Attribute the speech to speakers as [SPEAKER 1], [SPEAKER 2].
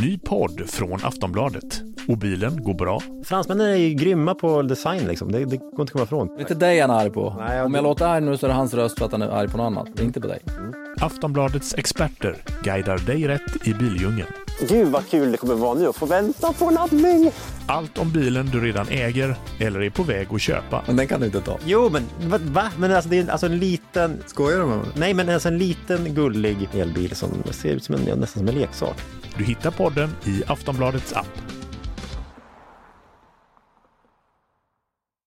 [SPEAKER 1] Ny podd från Aftonbladet. Och bilen går bra.
[SPEAKER 2] Fransmännen är ju grymma på design liksom. Det, det går inte att komma ifrån.
[SPEAKER 3] Det är inte dig han är arg på.
[SPEAKER 2] Nej, jag-
[SPEAKER 3] Om jag låter arg nu så är det hans röst för att han är arg på något annat. Det är inte på dig.
[SPEAKER 1] Aftonbladets experter guidar dig rätt i bildjungeln.
[SPEAKER 4] Gud vad kul det kommer vara nu att få vänta på laddning.
[SPEAKER 1] Allt om bilen du redan äger eller är på väg att köpa.
[SPEAKER 3] Men den kan du inte ta.
[SPEAKER 2] Jo, men va? va? Men alltså, det är en- alltså en liten...
[SPEAKER 3] Skojar du med mig?
[SPEAKER 2] Nej, men alltså en liten gullig elbil som ser ut som en, ja, nästan som en leksak.
[SPEAKER 1] Du hittar podden i Aftonbladets app.